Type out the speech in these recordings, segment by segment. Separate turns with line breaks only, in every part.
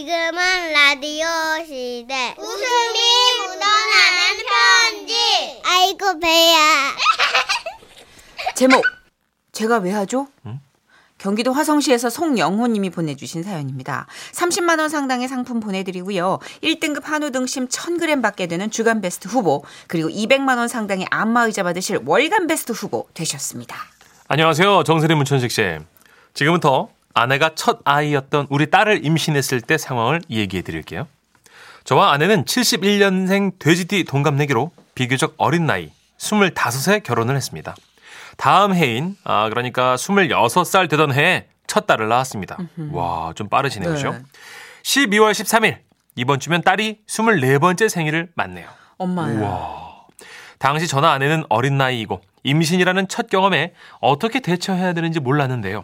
지금은 라디오 시대. 웃음이 묻어나는 편지. 아이고, 배야.
제목 제가 왜 하죠? 경기도 화성시에서 송영호님이 보내주신 사연입니다. 30만 원 상당의 상품 보내드리고요. 1등급 한우 등심 1,000g 받게 되는 주간 베스트 후보 그리고 200만 원 상당의 안마의자 받으실 월간 베스트 후보 되셨습니다.
안녕하세요. 정선희 문천식 씨. 지금부터 아내가 첫 아이였던 우리 딸을 임신했을 때 상황을 얘기해 드릴게요. 저와 아내는 71년생 돼지띠 동갑내기로 비교적 어린 나이 25세 결혼을 했습니다. 다음 해인 아 그러니까 26살 되던 해에 첫 딸을 낳았습니다. 와 좀 빠르시네요. 그죠?
네.
12월 13일 이번 주면 딸이 24번째 생일을 맞네요.
엄마야.
당시 저나 아내는 어린 나이이고 임신이라는 첫 경험에 어떻게 대처해야 되는지 몰랐는데요.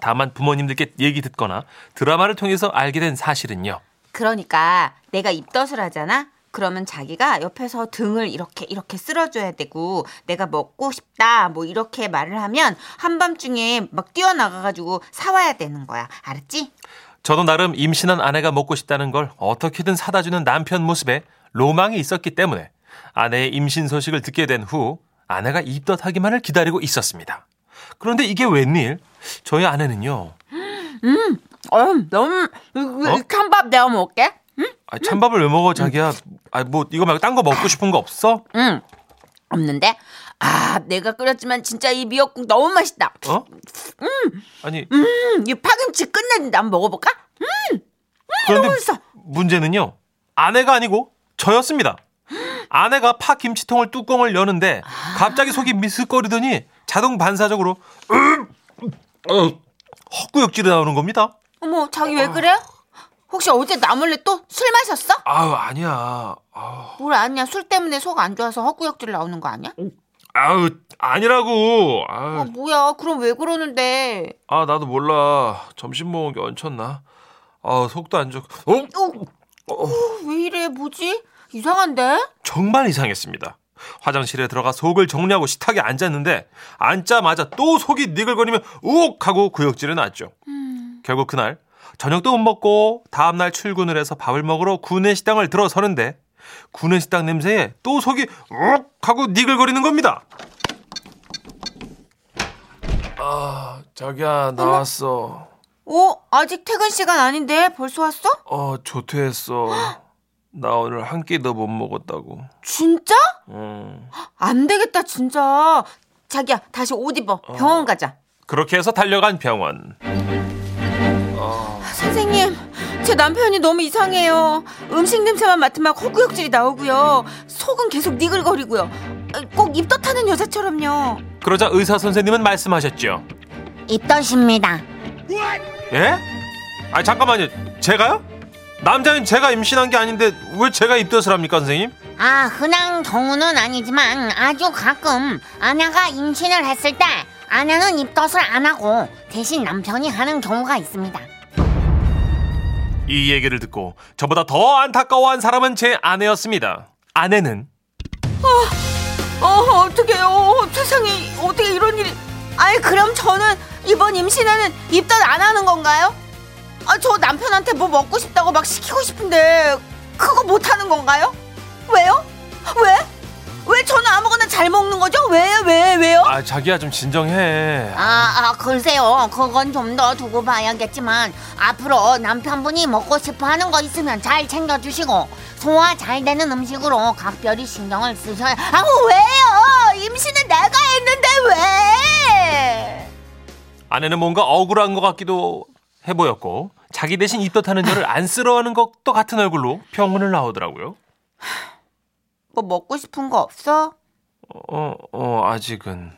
다만 부모님들께 얘기 듣거나 드라마를 통해서 알게 된 사실은요.
그러니까 내가 입덧을 하잖아. 그러면 자기가 옆에서 등을 이렇게 이렇게 쓸어줘야 되고 내가 먹고 싶다 뭐 이렇게 말을 하면 한밤중에 막 뛰어나가가지고 사와야 되는 거야. 알았지?
저도 나름 임신한 아내가 먹고 싶다는 걸 어떻게든 사다 주는 남편 모습에 로망이 있었기 때문에 아내의 임신 소식을 듣게 된 후 아내가 입덧하기만을 기다리고 있었습니다. 그런데 이게 웬일? 저희 아내는요.
음, 너무
어?
찬밥 내가 먹을게.
아, 찬밥을 왜 먹어 자기야? 아 뭐 이거 말고 딴 거 먹고 싶은 거 없어?
응. 없는데. 아, 내가 끓였지만 진짜 이 미역국 너무 맛있다.
어? 아니
음, 이 파김치 끝내준다. 한번 먹어볼까?
그런데
맛있어.
문제는요 아내가 아니고 저였습니다. 아내가 파 김치통을 뚜껑을 여는데 갑자기 속이 미스거리더니 자동 반사적으로 음, 어, 헛구역질이 나오는 겁니다.
어머, 자기 왜 그래? 혹시 어제 나 몰래 또 술 마셨어?
아. 아유 아니야. 아우,
뭘 아니야. 술 때문에 속 안 좋아서 헛구역질 나오는 거 아니야?
아유 아니라고. 아유,
아, 뭐야. 그럼 왜 그러는데?
아 나도 몰라. 점심 먹은 게 얹혔나? 아 속도 안 좋고. 어?
어, 왜 이래? 뭐지? 이상한데?
정말 이상했습니다. 화장실에 들어가 속을 정리하고 식탁에 앉았는데 앉자마자 또 속이 니글거리며 우옥 하고 구역질이 났죠. 결국 그날 저녁도 못 먹고 다음날 출근을 해서 밥을 먹으러 구내식당을 들어서는데 구내식당 냄새에 또 속이 우옥 하고 니글거리는 겁니다. 아 자기야 나왔어.
어, 아직 퇴근 시간 아닌데 벌써 왔어?
어 조퇴했어. 나 오늘 한 끼도 못 먹었다고.
진짜?
음.
안 되겠다, 진짜. 자기야, 다시 옷 입어. 병원 가자.
그렇게 해서 달려간 병원.
선생님, 제 남편이 너무 이상해요. 음식 냄새만 맡으면 막 호구역질이 나오고요. 속은 계속 니글거리고요. 꼭 입덧하는 여자처럼요.
그러자 의사 선생님은 말씀하셨죠.
입덧입니다.
예? 아 잠깐만요. 제가요? 남자는 제가 임신한 게 아닌데 왜 제가 입덧을 합니까, 선생님?
아, 흔한 경우는 아니지만 아주 가끔 아내가 임신을 했을 때 아내는 입덧을 안 하고 대신 남편이 하는 경우가 있습니다.
이 얘기를 듣고 저보다 더 안타까워한 사람은 제 아내였습니다. 아내는
어, 어떡해요. 세상에, 어떻게 이런 일이. 아니, 그럼 저는 이번 임신에는 입덧 안 하는 건가요? 아, 저 남편한테 뭐 먹고 싶다고 막 시키고 싶은데, 그거 못 하는 건가요? 왜요? 왜? 왜 저는 아무거나 잘 먹는 거죠? 왜, 왜, 왜요?
아 자기야 좀 진정해.
아, 아, 글쎄요. 그건 좀 더 두고 봐야겠지만 앞으로 남편분이 먹고 싶어 하는 거 있으면 잘 챙겨주시고 소화 잘 되는 음식으로 각별히 신경을 쓰셔야. 아우, 왜요? 임신은 내가 했는데 왜?
아내는 뭔가 억울한 것 같기도 해 보였고 자기 대신 입덧하는 저를 안쓰러워하는 것도 같은 얼굴로 병원을 나오더라고요.
뭐 먹고 싶은 거 없어?
어 어, 아직은.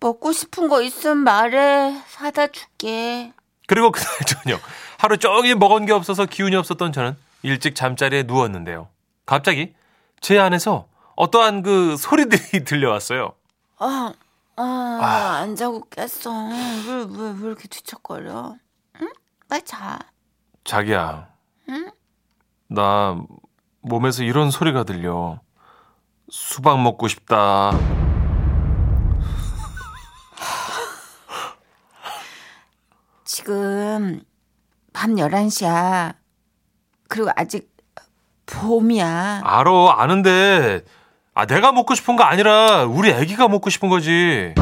먹고 싶은 거 있으면 말해. 사다 줄게.
그리고 그날 저녁 하루 종일 먹은 게 없어서 기운이 없었던 저는 일찍 잠자리에 누웠는데요. 갑자기 제 안에서 어떠한 그 소리들이 들려왔어요.
아, 아,
아.
안 자고 깼어. 왜, 왜, 왜 이렇게 뒤척거려? 응? 빨리 자.
자기야. 나 몸에서 이런 소리가 들려. 수박 먹고 싶다.
지금 밤 11시야. 그리고 아직 봄이야.
알어 아는데 아 내가 먹고 싶은 거 아니라 우리 아기가 먹고 싶은 거지.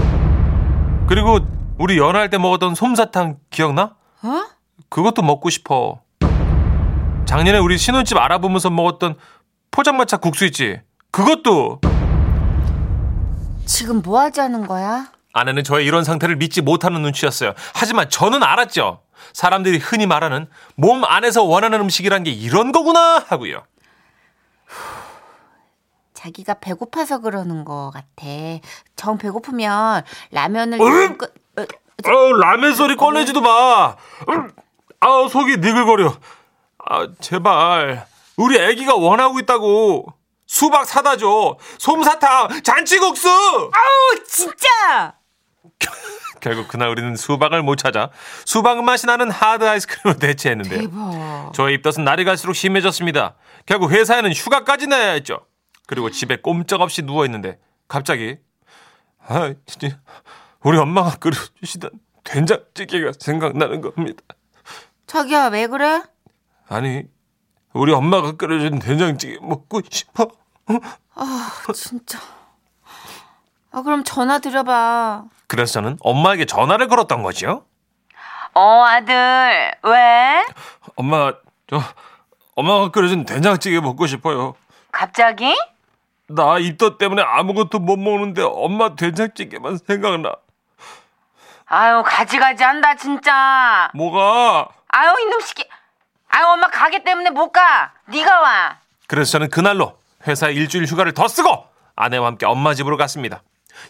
그리고 우리 연애할 때 먹었던 솜사탕 기억나?
어?
그것도 먹고 싶어. 작년에 우리 신혼집 알아보면서 먹었던 포장마차 국수 있지? 그것도
지금 뭐 하자는 거야?
아내는 저의 이런 상태를 믿지 못하는 눈치였어요. 하지만 저는 알았죠. 사람들이 흔히 말하는 몸 안에서 원하는 음식이란 게 이런 거구나 하고요.
자기가 배고파서 그러는 거 같아. 정 배고프면 라면을
음!
좀 끓- 어,
어, 라면 소리 꺼내지도 마. 음, 아, 속이 니글거려. 아, 제발. 우리 애기가 원하고 있다고. 수박 사다 줘. 솜사탕, 잔치국수!
진짜!
결국 그날 우리는 수박을 못 찾아 수박 맛이 나는 하드 아이스크림을 대체했는데요.
대박.
저의 입덧은 날이 갈수록 심해졌습니다. 결국 회사에는 휴가까지 내야 했죠. 그리고 집에 꼼짝없이 누워 있는데 갑자기 아, 진짜 우리 엄마가 끓여주시던 된장찌개가 생각나는 겁니다.
자기야, 왜 그래?
아니 우리 엄마가 끓여준 된장찌개 먹고 싶어.
아, 진짜. 아, 그럼 전화 드려봐.
그래서 저는 엄마에게 전화를 걸었던 거죠.
어, 아들, 왜?
엄마 저 엄마가 끓여준 된장찌개 먹고 싶어요.
갑자기?
나 입덧 때문에 아무것도 못 먹는데 엄마 된장찌개만 생각나.
아유, 가지가지 한다, 진짜.
뭐가?
아유, 이놈 시키. 아유, 엄마 가게 때문에 못 가. 네가 와.
그래서 저는 그날로 회사 일주일 휴가를 더 쓰고 아내와 함께 엄마 집으로 갔습니다.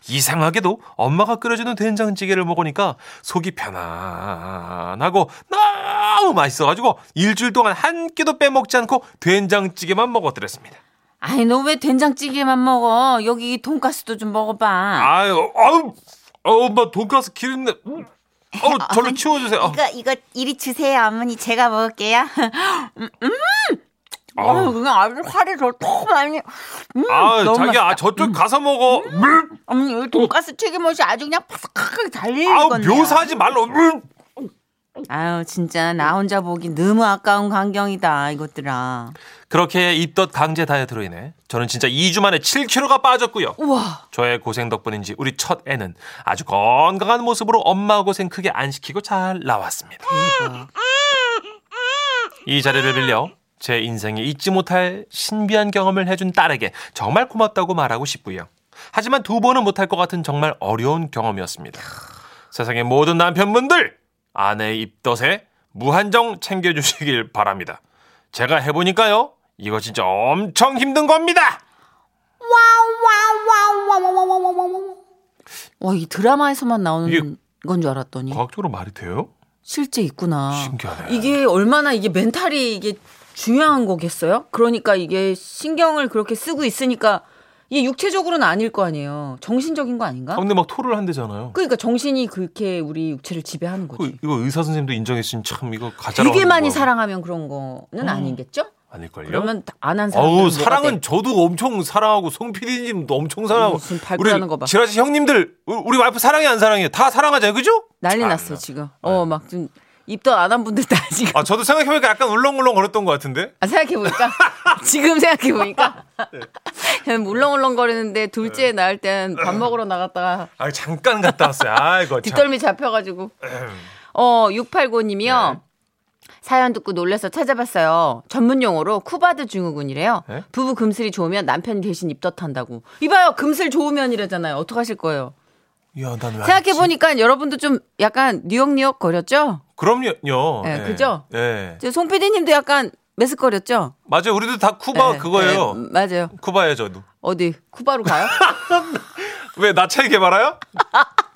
이상하게도 엄마가 끓여주는 된장찌개를 먹으니까 속이 편안하고 너무 맛있어가지고 일주일 동안 한 끼도 빼먹지 않고 된장찌개만 먹어드렸습니다.
아니, 너 왜 된장찌개만 먹어? 여기 돈가스도 좀 먹어봐.
아유, 아우, 아우, 엄마 돈가스 기름내. 음. 어우, 절로 치워주세요. 어,
그러니까 이거, 이거 이리 주세요, 어머니. 제가 먹을게요. 아유,
아우,
그냥 아주 살이 저톡 많이. 음,
아,
너무
자기야,
맛있다.
저쪽 가서 먹어. 음.
어머니, 이 돈가스 튀김옷이 아주 그냥 바삭하게 달리는
아우,
건데.
묘사하지 말라. 음.
아유, 진짜 나 혼자 보기 너무 아까운 광경이다, 이것들아.
그렇게 입덧 강제 다이어트로 인해 저는 진짜 2주 만에 7kg가 빠졌고요.
우와.
저의 고생 덕분인지 우리 첫 애는 아주 건강한 모습으로 엄마 고생 크게 안 시키고 잘 나왔습니다. 이 자리를 빌려 제 인생에 잊지 못할 신비한 경험을 해준 딸에게 정말 고맙다고 말하고 싶고요. 하지만 두 번은 못할 것 같은 정말 어려운 경험이었습니다. 세상의 모든 남편분들 아내의 입덧에 무한정 챙겨주시길 바랍니다. 제가 해보니까요. 이거 진짜 엄청 힘든 겁니다.
와, 이 드라마에서만 나오는
이게-
건 줄 알았더니
과학적으로 말이 돼요?
실제 있구나.
신기하네.
아. 이게 얼마나 이게 멘탈이 이게 중요한 거겠어요? 그러니까 이게 신경을 그렇게 쓰고 있으니까 이게 육체적으로는 아닐 거 아니에요. 정신적인 거 아닌가?
아, 근데 막 토를 한대잖아요.
그러니까 정신이 그렇게 우리 육체를 지배하는
그,
거지.
이거 의사 선생님도 인정했으니 참 이거 가자라고
되게
하는
많이
거
사랑하면 그런 거는 아니겠죠?
아닐걸요?
그러면 안 한 사람.
어우 사랑은 저도 엄청 사랑하고 송 PD님도 엄청 사랑하고
음, 지금 발표
우리
하는 거 봐.
지라시 형님들 우- 우리 와이프 사랑해 안 사랑해 다 사랑하자 그죠?
난리
참.
났어 지금. 어 막 좀 입덧 안 한 분들 다 지금.
아 저도 생각해보니까 약간 울렁울렁 거렸던 것 같은데
아, 생각해보니까 지금 생각해보니까
네.
그냥 울렁울렁거리는데 둘째 낳을 땐 밥 먹으러 나갔다가
아 잠깐 갔다 왔어요 아이고 참
뒷덜미 잡혀가지고 어
네.
689님이요 사연 듣고 놀라서 찾아봤어요 전문 용어로 쿠바드 증후군이래요
네?
부부 금슬이 좋으면 남편이 대신 입덧한다고 이봐요 금슬 좋으면이라잖아요 어떡하실 거예요
야, 난왜
생각해보니까 여러분도 좀 약간 뉴욕뉴욕 거렸죠
그럼요
예,
예.
그죠?
예.
저송 PD님도 약간 메스거렸죠
맞아요 우리도 다 쿠바
예,
뭐, 그거예요
예, 맞아요
쿠바예요 저도
어디 쿠바로 가요?
왜 나 차이게 말아요?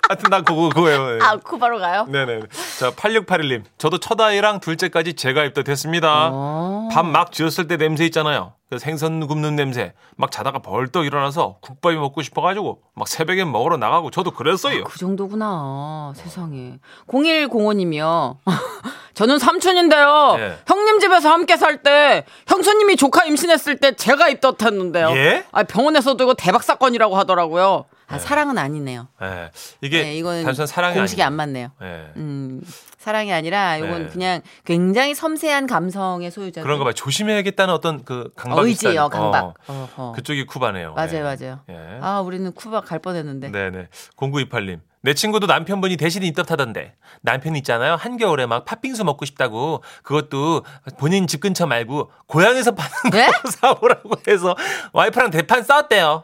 하여튼 나 그거 그거예요 예.
아 쿠바로 가요?
네네. 자, 8681님. 저도 첫 아이랑 둘째까지 제가 입덧했습니다.
어.
밥 막 지었을 때 냄새 있잖아요. 그 생선 굽는 냄새. 막 자다가 벌떡 일어나서 국밥이 먹고 싶어가지고 막 새벽엔 먹으러 나가고 저도 그랬어요.
그 정도구나. 세상에. 0105님이요. 저는 삼촌인데요.
예.
형님 집에서 함께 살 때 형수님이 조카 임신했을 때 제가 입덧했는데요.
예?
아, 병원에서도 이거 대박 사건이라고 하더라고요. 아, 사랑은 아니네요.
예.
예,
이게
이거는
단순한 사랑이
공식이
아니에요.
안 맞네요.
예.
음, 사랑이 아니라 요건
네.
그냥 굉장히 섬세한 감성의 소유자.
그런가 봐요. 조심해야겠다는 어떤 그 강박.
의지요,
비슷한-
강박.
어,
어, 어.
그쪽이 쿠바네요.
맞아요,
예.
맞아요.
예.
아, 우리는 쿠바 갈 뻔했는데.
네네. 0928님. 내 친구도 남편분이 대신 인터타던데 남편 있잖아요. 한겨울에 막 팥빙수 먹고 싶다고 그것도 본인 집 근처 말고 고향에서 파는
네?
거 사오라고 해서 와이프랑 대판 싸웠대요.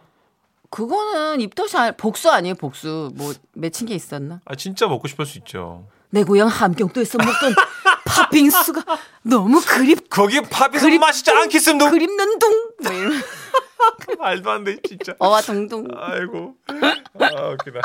그거는 입덧이 아니, 복수 아니에요, 복수. 뭐 맺힌 게 있었나?
아 진짜 먹고 싶을 수 있죠.
내 고향 함경도에서 먹던 팥빙수가 너무 그립
거기 팥빙수
그립-
마시지 않겠음 너
그립는 둥. 뭐 이런.
말도 안 돼 진짜.
그 어와 동동.
뭐? 아이고. 아 웃기다.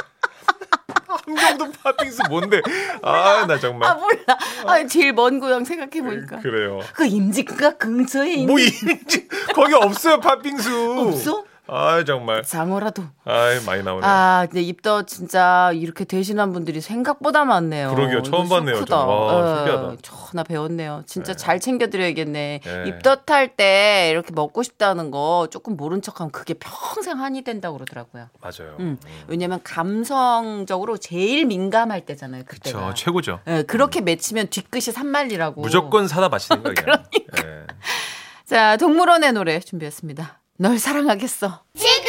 함경도 팥빙수 뭔데? 아 나
아
정말.
몰라. 아 제일 먼 고향 생각해 보니까.
그래요.
그 임직각 근처에 있는
뭐 이인지 거기 없어요 팥빙수.
없어?
아 정말.
장어라도.
아이 많이 나오네. 요
아, 근데 입덧 진짜 이렇게 되신한 분들이 생각보다 많네요.
그러게요. 처음
이거
봤네요,
쇼크다.
좀. 아, 신기하다.
저나 배웠네요. 진짜 잘 챙겨드려야겠네.
네.
입덧할 때 이렇게 먹고 싶다는 거 조금 모른 척하면 그게 평생 한이 된다고 그러더라고요.
맞아요.
음. 왜냐면 감성적으로 제일 민감할 때잖아요.
저
그때가.
최고죠.
예, 그렇게 맺히면 뒤끝이 산말리라고.
무조건 사다 마시는 거예요. 그러니까.
자, 동물원의 노래 준비했습니다. 널 사랑하겠어.
지금은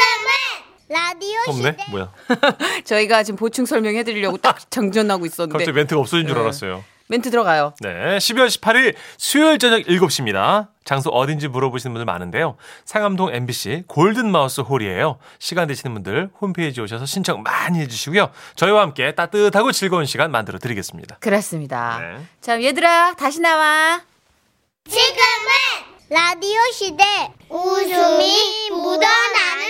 라디오
없네? 뭐야?
저희가 지금 보충 설명해 드리려고 딱 정전하고 있었는데
갑자기 멘트가 없어진 줄 알았어요.
멘트 들어가요.
네, 12월 18일 수요일 저녁 7시입니다. 장소 어딘지 물어보시는 분들 많은데요. 상암동 MBC 골든마우스 홀이에요. 시간 되시는 분들 홈페이지 오셔서 신청 많이 해주시고요. 저희와 함께 따뜻하고 즐거운 시간 만들어 드리겠습니다.
그렇습니다.
네.
자, 얘들아, 다시 나와.
지금은 라디오 시대 웃음이 묻어나는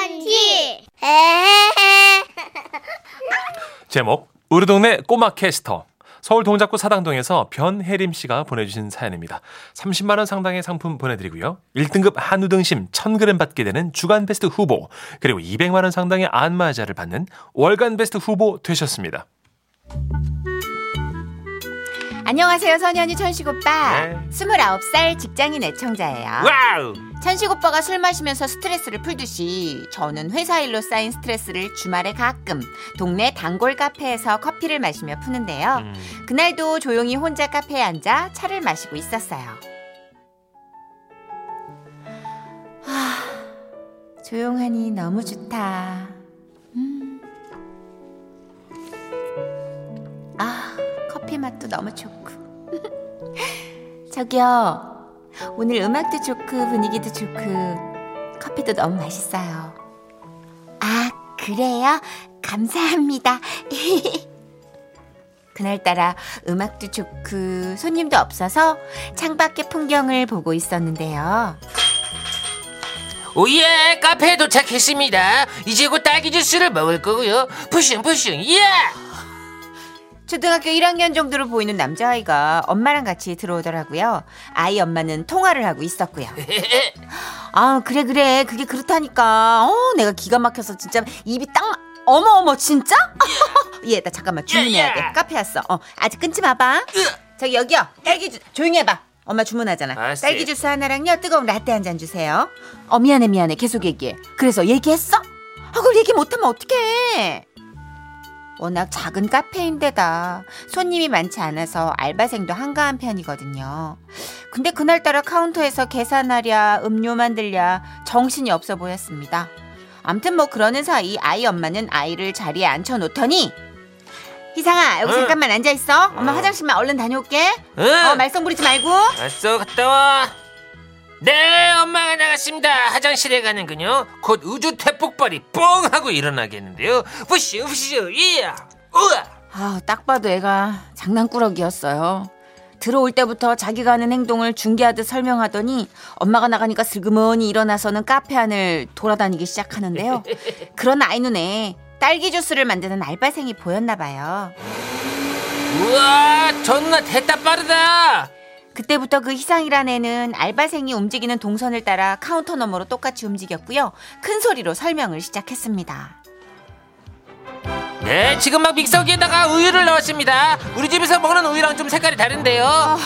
편지 에헤헤
제목 우리 동네 꼬마 캐스터 서울 동작구 사당동에서 변혜림 씨가 보내주신 사연입니다. 30만 원 상당의 상품 보내드리고요. 1등급 한우 등심 1,000g 받게 되는 주간 베스트 후보 그리고 200만 원 상당의 안마자를 받는 월간 베스트 후보 되셨습니다.
안녕하세요, 선현이 천식 오빠.
네.
29살 직장인 애청자예요.
와우!
천식 오빠가 술 마시면서 스트레스를 풀듯이 저는 회사 일로 쌓인 스트레스를 주말에 가끔 동네 단골 카페에서 커피를 마시며 푸는데요. 그날도 조용히 혼자 카페에 앉아 차를 마시고 있었어요. 하, 아, 조용하니 너무 좋다. 음. 아, 커피 맛도 너무 좋고. 저기요, 오늘 음악도 좋고 분위기도 좋고 커피도 너무 맛있어요. 아, 그래요? 감사합니다. 그날따라 음악도 좋고 손님도 없어서 창밖의 풍경을 보고 있었는데요.
오예 카페에 도착했습니다 이제 곧 딸기 주스를 먹을 거고요 푸슝 푸슝 예
초등학교 1학년 정도로 보이는 남자아이가 엄마랑 같이 들어오더라고요. 아이 엄마는 통화를 하고 있었고요. 아, 그래, 그래. 그게 그렇다니까. 어, 내가 기가 막혀서 진짜 입이 딱, 막- 어머, 어머, 진짜? 예, 나 잠깐만 주문해야 돼. 카페 왔어. 어, 아직 끊지 마봐. 저기, 여기요. 딸기 주 조용히 해봐. 엄마 주문하잖아.
알았어.
딸기 주스 하나랑요, 뜨거운 라떼 한 잔 주세요. 어, 미안해, 미안해. 계속 얘기해. 그래서 얘기했어? 아, 그걸 얘기 못하면 어떡해. 워낙 작은 카페인데다 손님이 많지 않아서 알바생도 한가한 편이거든요. 근데 그날따라 카운터에서 계산하랴 음료 만들랴 정신이 없어 보였습니다. 암튼 뭐 그러는 사이 아이 엄마는 아이를 자리에 앉혀 놓더니 희상아 여기
응.
잠깐만 앉아 있어. 엄마
응.
화장실만 얼른 다녀올게.
응.
어 말썽 부리지 말고.
왔어 갔다 와네 엄마가 나갔습니다 화장실에 가는군요 곧 우주 태폭발이 뻥 하고 일어나겠는데요 푸슝 푸슝 예 우와
아딱 봐도 애가 장난꾸러기였어요. 들어올 때부터 자기가 하는 행동을 중계하듯 설명하더니 엄마가 나가니까 슬그머니 일어나서는 카페 안을 돌아다니기 시작하는데요. 그런 아이 눈에 딸기 주스를 만드는 알바생이 보였나 봐요.
우와 존나 됐다 빠르다
그때부터 그 희상이란 애는 알바생이 움직이는 동선을 따라 카운터 너머로 똑같이 움직였고요. 큰 소리로 설명을 시작했습니다.
네 지금 막 믹서기에다가 우유를 넣었습니다 우리 집에서 먹는 우유랑 좀 색깔이 다른데요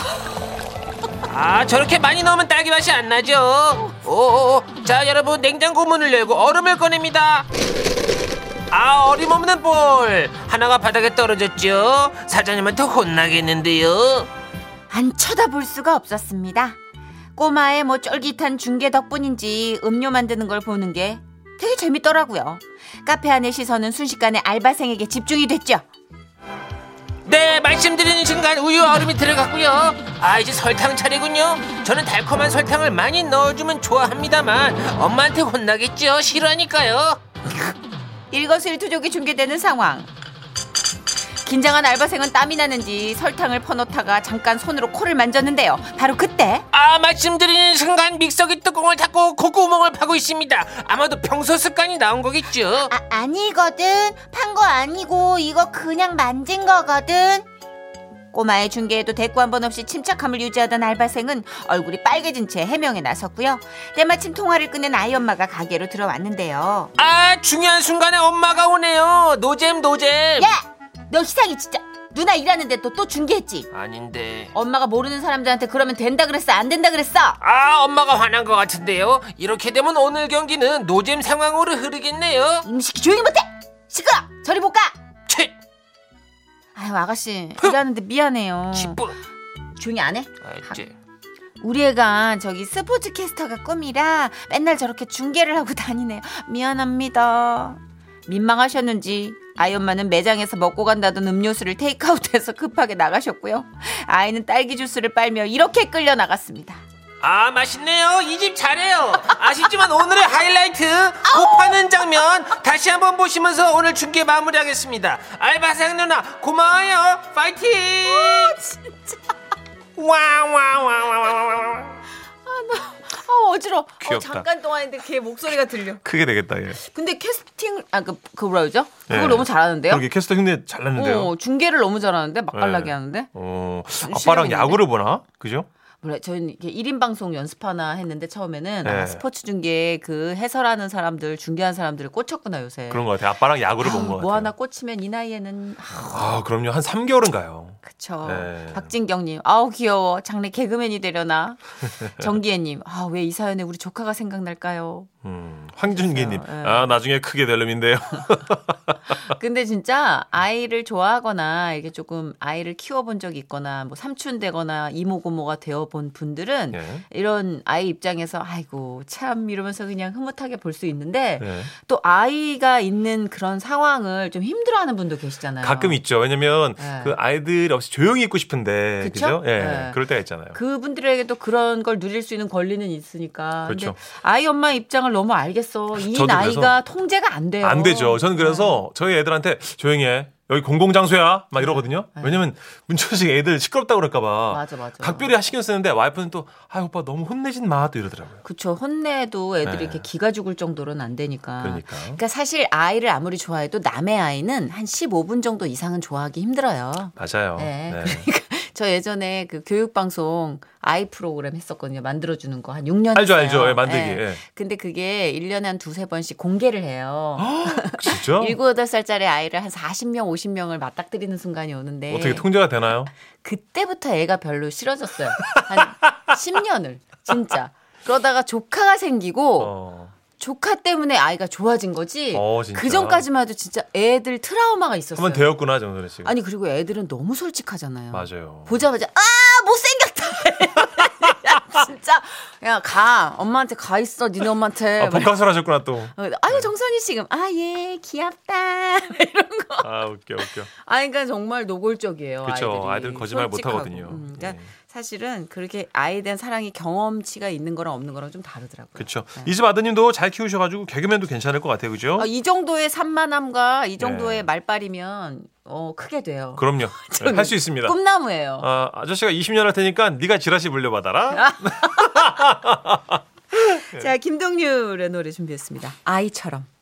아 저렇게 많이 넣으면 딸기 맛이 안 나죠 오자 여러분 냉장고 문을 열고 얼음을 꺼냅니다 아 어림없는 볼 하나가 바닥에 떨어졌죠 사장님한테 혼나겠는데요
안 쳐다볼 수가 없었습니다. 꼬마의 뭐 쫄깃한 중계 덕분인지 음료 만드는 걸 보는 게 되게 재밌더라고요. 카페 안의 시선은 순식간에 알바생에게 집중이 됐죠.
네 말씀드리는 순간 우유 얼음이 들어갔고요 아 이제 설탕 차례군요 저는 달콤한 설탕을 많이 넣어주면 좋아합니다만 엄마한테 혼나겠죠 싫어하니까요
일거수일투족이 중계되는 상황. 긴장한 알바생은 땀이 나는지 설탕을 퍼넣다가 잠깐 손으로 코를 만졌는데요. 바로 그때
아 말씀드리는 순간 믹서기 뚜껑을 닫고 콧구멍을 파고 있습니다 아마도 평소 습관이 나온 거겠죠
아, 아니거든. 판 거 아니고 이거 그냥 만진 거거든.
꼬마의 중계에도 대꾸 한 번 없이 침착함을 유지하던 알바생은 얼굴이 빨개진 채 해명에 나섰고요. 때마침 통화를 끊은 아이 엄마가 가게로 들어왔는데요.
아 중요한 순간에 엄마가 오네요 노잼 노잼
야! 너 희상이 진짜 누나 일하는데 너 또 중계했지?
아닌데
엄마가 모르는 사람들한테 그러면 된다 그랬어 안 된다 그랬어?
아 엄마가 화난 것 같은데요 이렇게 되면 오늘 경기는 노잼 상황으로 흐르겠네요
임시키 조용히 못해! 시끄러! 저리 못 가!
치
아유 아가씨 일하는데 미안해요.
기쁨
조용히 안 해?
아, 아이제
우리 애가 저기 스포츠 캐스터가 꿈이라 맨날 저렇게 중계를 하고 다니네요. 미안합니다. 민망하셨는지 아이 엄마는 매장에서 먹고 간다던 음료수를 테이크아웃해서 급하게 나가셨고요. 아이는 딸기 주스를 빨며 이렇게 끌려 나갔습니다.
아 맛있네요 이 집 잘해요 아쉽지만 오늘의 하이라이트 곱하는 장면 다시 한번 보시면서 오늘 중계 마무리하겠습니다 알바생 누나 고마워요 파이팅 와와와와와와
아 어지러. 워
귀엽다.
잠깐 동안인데 걔 목소리가 들려.
크게 되겠다.
네?
예.
근데 캐스팅 아그 그 뭐라 그러죠? 그걸
예.
너무 잘하는데요?
그러게 캐스터 흉내 잘 났는데요.
어, 중계를 너무 잘하는데 맛깔나게
네.
하는데.
어,
실력이
아빠랑 야구를 보나? 그죠?
몰라 저희는 이게 1인 방송 연습하나 했는데 처음에는 아,
네.
스포츠 중계 그 해설하는 사람들 중계한 사람들을 꽂혔구나 요새.
그런 것 같아요. 아빠랑 야구를 본 것 같아요.
뭐 하나 꽂히면 이 나이에는 아,
아, 그럼요. 한 3개월은 가요.
그쵸.
네.
박진경님, 아우 귀여워. 장래 개그맨이 되려나. 정기혜님, 아 왜 이 사연에 우리 조카가 생각날까요?
음, 황준기님.
그래서요. 예.
아, 나중에 크게 될 놈인데요.
근데 진짜 아이를 좋아하거나 이게 조금 아이를 키워본 적이 있거나 뭐 삼촌 되거나 이모 고모가 되어본 분들은
예.
이런 아이 입장에서 아이고 참 이러면서 그냥 흐뭇하게 볼 수 있는데
예.
또 아이가 있는 그런 상황을 좀 힘들어하는 분도 계시잖아요.
가끔 있죠. 왜냐면
네.
그 아이들 없이 조용히 있고 싶은데
그쵸?
그죠? 예.
네.
그럴 때가 있잖아요.
그분들에게도 그런 걸 누릴 수 있는 권리는 있으니까.
그렇죠. 아,
근데 아이 엄마 입장을 너무 알겠어. 이
저도
나이가 통제가 안 돼요.
안 되죠.
네.
저는 그래서 저희 애들한테 조용히 해. 여기 공공장소야. 막 이러거든요. 왜냐면 문천식 애들 시끄럽다고 그럴까봐.
네. 맞아, 맞아.
각별히 신경 쓰는데 와이프는 또, 아, 오빠 너무 혼내진 마. 또 이러더라고요.
그쵸. 혼내도 애들이
네.
이렇게 기가 죽을 정도로는 안 되니까.
그러니까.
그러니까 사실 아이를 아무리 좋아해도 남의 아이는 한 15분 정도 이상은 좋아하기 힘들어요.
맞아요.
네,
네.
저 예전에 그 교육방송 아이 프로그램 했었거든요. 만들어주는 거 한 6년.
알죠, 알죠. 예, 만들기.
네.
예.
근데 그게 1년에 한 두세 번씩 공개를 해요.
아. 진짜?
일 7, 8살짜리 아이를 한 40명, 50명을 맞닥뜨리는 순간이 오는데
어떻게 통제가 되나요?
그때부터 애가 별로 싫어졌어요. 한 10년을 진짜. 그러다가 조카가 생기고
어.
조카 때문에 아이가 좋아진 거지.
어, 진짜.
그 전까지만 해도 진짜 애들 트라우마가 있었어요.
한번 되었구나, 정선혜 씨.
아니 그리고 애들은 너무 솔직하잖아요.
맞아요.
보자마자 아 못생겼다. 진짜 야 가 엄마한테 가 있어 니네 엄마한테.
아, 복학을 하셨구나, 또.
어, 아유 정선이 지금 아 예 귀엽다 이런 거.
아, 웃겨, 웃겨.
아 그러니까 정말 노골적이에요.
그쵸.
아이들이.
아이들은 거짓말 못
솔직하고.
하거든요.
음, 그러니까
예.
사실은 그렇게 아이에 대한 사랑이 경험치가 있는 거랑 없는 거랑 좀 다르더라고요.
그렇죠.
네.
이 집 아드님도 잘 키우셔가지고 개그맨도 괜찮을 것 같아요, 그죠?
아, 이 정도의 산만함과 이 정도의
네.
말빨이면 어, 크게 돼요.
그럼요. 네,
저기
할 수 있습니다.
꿈나무예요.
아, 아저씨가 20년 할 테니까 네가 지라시 물려받아라. 네.
자, 김동률의 노래 준비했습니다. 아이처럼.